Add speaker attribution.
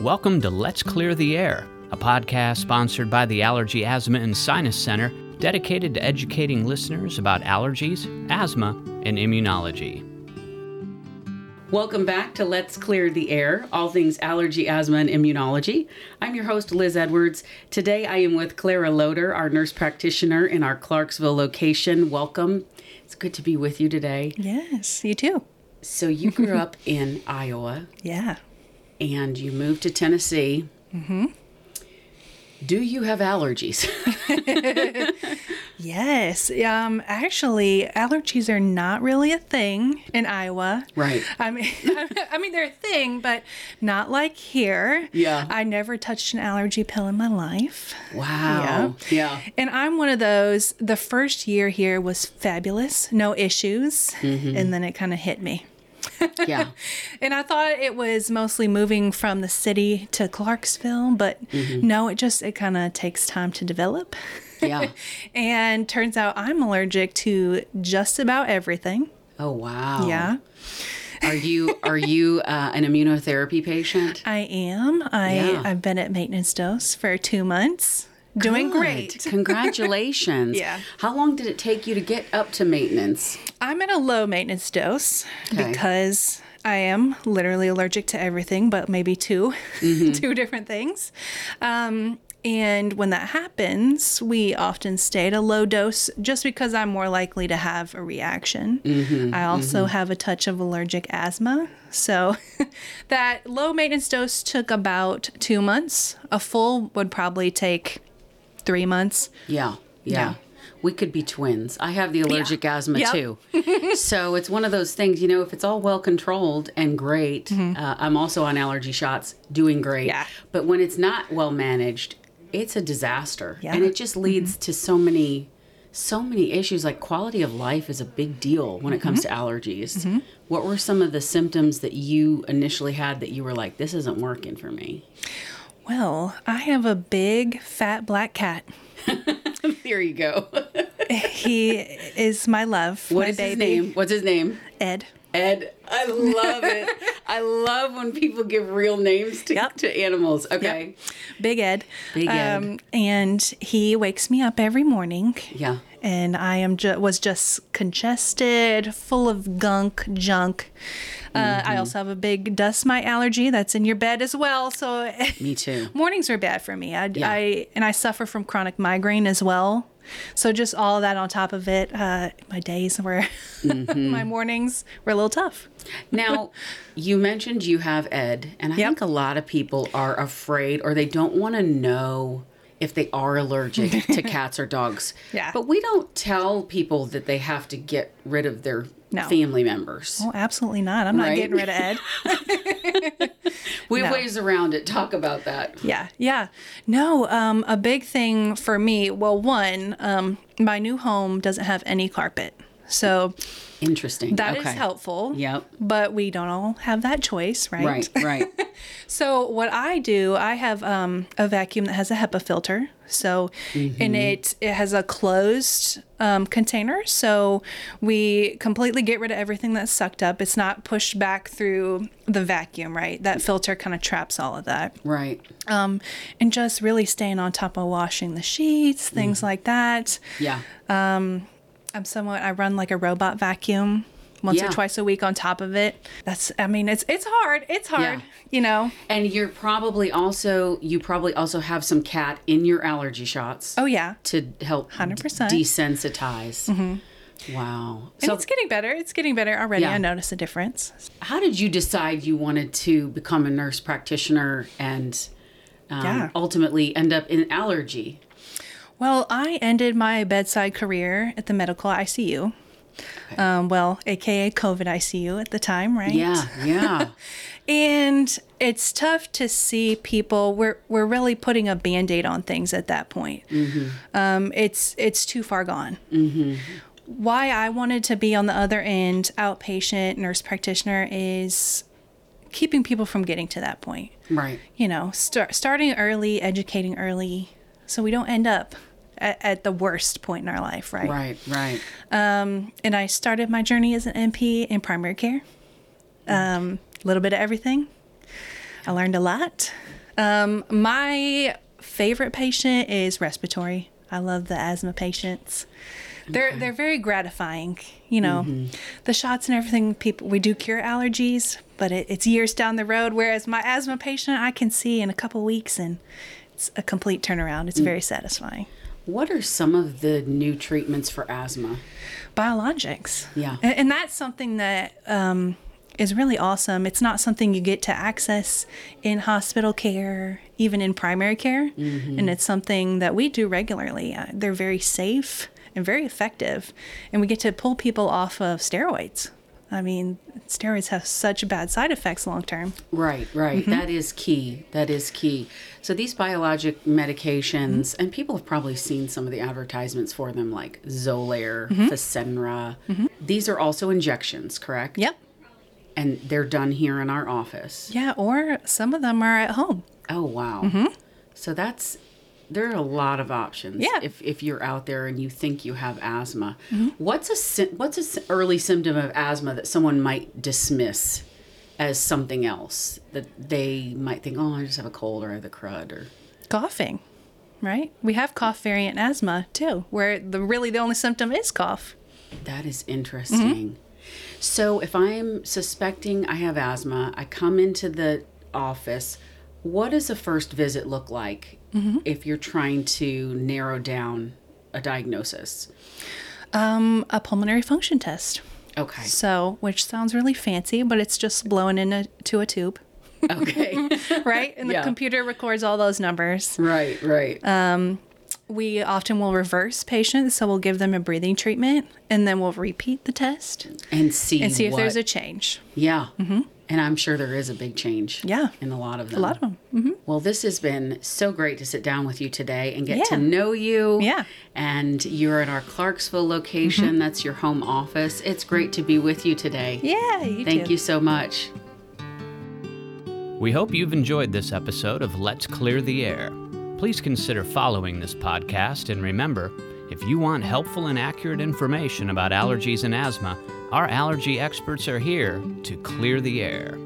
Speaker 1: Welcome to Let's Clear the Air, a podcast sponsored by the Allergy, Asthma, and Sinus Center dedicated to educating listeners about allergies, asthma, and immunology.
Speaker 2: Welcome back to Let's Clear the Air, all things allergy, asthma, and immunology. I'm your host, Liz Edwards. Today I am with Clara Loader, our nurse practitioner in our Clarksville location. Welcome. It's good to be with you today.
Speaker 3: Yes, you too.
Speaker 2: So, you grew up in Iowa
Speaker 3: Yeah.
Speaker 2: and you moved to Tennessee. Mm-hmm. Do you have allergies?
Speaker 3: Yes. Um actually allergies are not really a thing in Iowa.
Speaker 2: Right.
Speaker 3: I mean I mean they're a thing, but not like here.
Speaker 2: Yeah.
Speaker 3: I never touched an allergy pill in my life.
Speaker 2: Wow. Yeah.
Speaker 3: And I'm one of those the first year here was fabulous, no issues,
Speaker 2: Mm-hmm.
Speaker 3: and then it kind of hit me.
Speaker 2: Yeah.
Speaker 3: And I thought it was mostly moving from the city to Clarksville, but
Speaker 2: Mm-hmm.
Speaker 3: no, it just it kind of takes time to develop.
Speaker 2: Yeah.
Speaker 3: And turns out I'm allergic to just about everything.
Speaker 2: Oh wow.
Speaker 3: Yeah,
Speaker 2: Are you are you uh, an immunotherapy patient?
Speaker 3: I am. I
Speaker 2: Yeah.
Speaker 3: I've been at maintenance dose for two months, doing
Speaker 2: Good.
Speaker 3: great.
Speaker 2: Congratulations.
Speaker 3: Yeah.
Speaker 2: How long did it take you to get up to maintenance?
Speaker 3: I'm at a low maintenance dose
Speaker 2: Okay.
Speaker 3: because I am literally allergic to everything, but maybe 2 two different things. Um, and when that happens, we often stay at a low dose just because I'm more likely to have a reaction. I also have a touch of allergic asthma. So that low maintenance dose took about two months. A full would probably take three months.
Speaker 2: Yeah. Yeah. We could be twins. I have the allergic asthma
Speaker 3: Yep.
Speaker 2: too. so it's one of those things, you know, if it's all well controlled and great, uh, I'm also on allergy shots, doing great.
Speaker 3: Mm-hmm. Yeah.
Speaker 2: But when it's not well managed, it's a disaster.
Speaker 3: Yeah. Mm-hmm.
Speaker 2: And it just leads to so many so many issues like quality of life is a big deal when it comes
Speaker 3: Mm-hmm.
Speaker 2: to allergies. What were some of the symptoms that you initially had that you were like this isn't working for me?
Speaker 3: Well, I have a big fat black cat.
Speaker 2: There you go.
Speaker 3: He is my love.
Speaker 2: What
Speaker 3: my
Speaker 2: is
Speaker 3: baby.
Speaker 2: his name? What's his name?
Speaker 3: Ed.
Speaker 2: Ed. I love it. I love when people give real names to,
Speaker 3: Yep.
Speaker 2: to animals. Okay.
Speaker 3: Big Ed. Um,
Speaker 2: Big Ed.
Speaker 3: and he wakes me up every morning.
Speaker 2: Yeah.
Speaker 3: And I am ju- was just congested, full of gunk, junk. Uh,
Speaker 2: Mm-hmm.
Speaker 3: I also have a big dust mite allergy that's in your bed as well. So
Speaker 2: Me too.
Speaker 3: mornings are bad for me. I,
Speaker 2: Yeah.
Speaker 3: I and I suffer from chronic migraine as well. So just all that on top of it, uh, my days were,
Speaker 2: Mm-hmm.
Speaker 3: my mornings were a little tough.
Speaker 2: Now, you mentioned you have Ed, and I
Speaker 3: Yep.
Speaker 2: think a lot of people are afraid or they don't want to know if they are allergic to cats or dogs.
Speaker 3: Yeah.
Speaker 2: But we don't tell people that they have to get rid of their
Speaker 3: No.
Speaker 2: family members.
Speaker 3: Oh, absolutely not. I'm not
Speaker 2: Right.
Speaker 3: getting rid of Ed.
Speaker 2: we have
Speaker 3: no.
Speaker 2: ways around it. Talk about that.
Speaker 3: Yeah, yeah. No, um, a big thing for me, well, one, um, my new home doesn't have any carpet. So
Speaker 2: Interesting.
Speaker 3: that is
Speaker 2: Okay.
Speaker 3: helpful.
Speaker 2: Yep.
Speaker 3: But we don't all have that choice, right?
Speaker 2: Right, right.
Speaker 3: So what I do, I have um, a vacuum that has a HEPA filter. So,
Speaker 2: Mm-hmm.
Speaker 3: and it it has a closed um, container. So we completely get rid of everything that's sucked up. It's not pushed back through the vacuum, right? That filter kind of traps all of that
Speaker 2: right.
Speaker 3: um, and just really staying on top of washing the sheets, things
Speaker 2: Mm-hmm.
Speaker 3: like that.
Speaker 2: Yeah.
Speaker 3: I'm somewhat I run like a robot vacuum once
Speaker 2: Yeah.
Speaker 3: or twice a week on top of it. That's I mean it's it's hard. It's hard, you know.
Speaker 2: And you're probably also you probably also have some cat in your allergy shots
Speaker 3: Oh yeah.
Speaker 2: to help
Speaker 3: 100%.
Speaker 2: desensitize. Wow.
Speaker 3: Mm-hmm. And
Speaker 2: So
Speaker 3: it's getting better. It's getting better already.
Speaker 2: Yeah.
Speaker 3: I notice a difference.
Speaker 2: how did you decide you wanted to become a nurse practitioner and um,
Speaker 3: Yeah.
Speaker 2: ultimately end up in allergy?
Speaker 3: Well, I ended my bedside career at the medical ICU. Um, well, aka COVID ICU at the time, right?
Speaker 2: Yeah, yeah.
Speaker 3: And it's tough to see people. We're we're really putting a band-aid on things at that point. Um, it's it's too far gone. Why I wanted to be on the other end, outpatient nurse practitioner, is keeping people from getting to that point.
Speaker 2: right.
Speaker 3: You know, start starting early, educating early, so we don't end up at, at the worst point in our life, right?
Speaker 2: Right, right.
Speaker 3: Um, and I started my journey as an NP in primary care. Um, a little bit of everything. I learned a lot. Um, my favorite patient is respiratory. I love the asthma patients. They're they're very gratifying. You know, the shots and everything. People we do cure allergies, but it, it's years down the road. Whereas my asthma patient, I can see in a couple weeks, and it's a complete turnaround. It's very satisfying.
Speaker 2: What are some of the new treatments for asthma?
Speaker 3: biologics.
Speaker 2: Yeah.
Speaker 3: A- And, that's something that um, is really awesome. It's not something you get to access in hospital care, even in primary care. And it's something that we do regularly. Uh, They're very safe and very effective. And we get to pull people off of steroids. I mean, steroids have such bad side effects long term.
Speaker 2: Right, right. That is key. That is key. So these biologic medications, and people have probably seen some of the advertisements for them, like Zolair, Fasenra. These are also injections, correct?
Speaker 3: Yep.
Speaker 2: And they're done here in our office.
Speaker 3: Yeah, or some of them are at home.
Speaker 2: Oh wow. So that's there are a lot of options.
Speaker 3: Yeah.
Speaker 2: If if you're out there and you think you have asthma, what's a sy- what's an early symptom of asthma that someone might dismiss as something else that they might think, oh, I just have a cold or I have the crud or
Speaker 3: coughing, right? We have cough variant asthma too, where the really the only symptom is cough.
Speaker 2: That is interesting. So, if I'm suspecting I have asthma, I come into the office. What does a first visit look like if you're trying to narrow down a diagnosis?
Speaker 3: Um, a pulmonary function test.
Speaker 2: Okay.
Speaker 3: So, which sounds really fancy, but it's just blowing into a tube,
Speaker 2: Okay.
Speaker 3: right? And the
Speaker 2: Yeah.
Speaker 3: computer records all those numbers.
Speaker 2: right, right.
Speaker 3: Uh, We often will reverse patients, so we'll give them a breathing treatment and then we'll repeat the test
Speaker 2: and see
Speaker 3: and see if there's
Speaker 2: what-
Speaker 3: a change.
Speaker 2: Yeah. And I'm sure there is a big change.
Speaker 3: Yeah.
Speaker 2: In a lot of them.
Speaker 3: A lot of Mm-hmm. them.
Speaker 2: Well, this has been so great to sit down with you today and get to
Speaker 3: Yeah.
Speaker 2: know you.
Speaker 3: Yeah. Mm-hmm.
Speaker 2: And you're in our Clarksville location. That's your home office. It's great to be with you today.
Speaker 3: Yeah, you
Speaker 2: Thank
Speaker 3: too.
Speaker 2: you so much.
Speaker 1: We hope you've enjoyed this episode of Let's Clear the Air. Please consider following this podcast and remember if you want helpful and accurate information about allergies and asthma, our allergy experts are here to clear the air.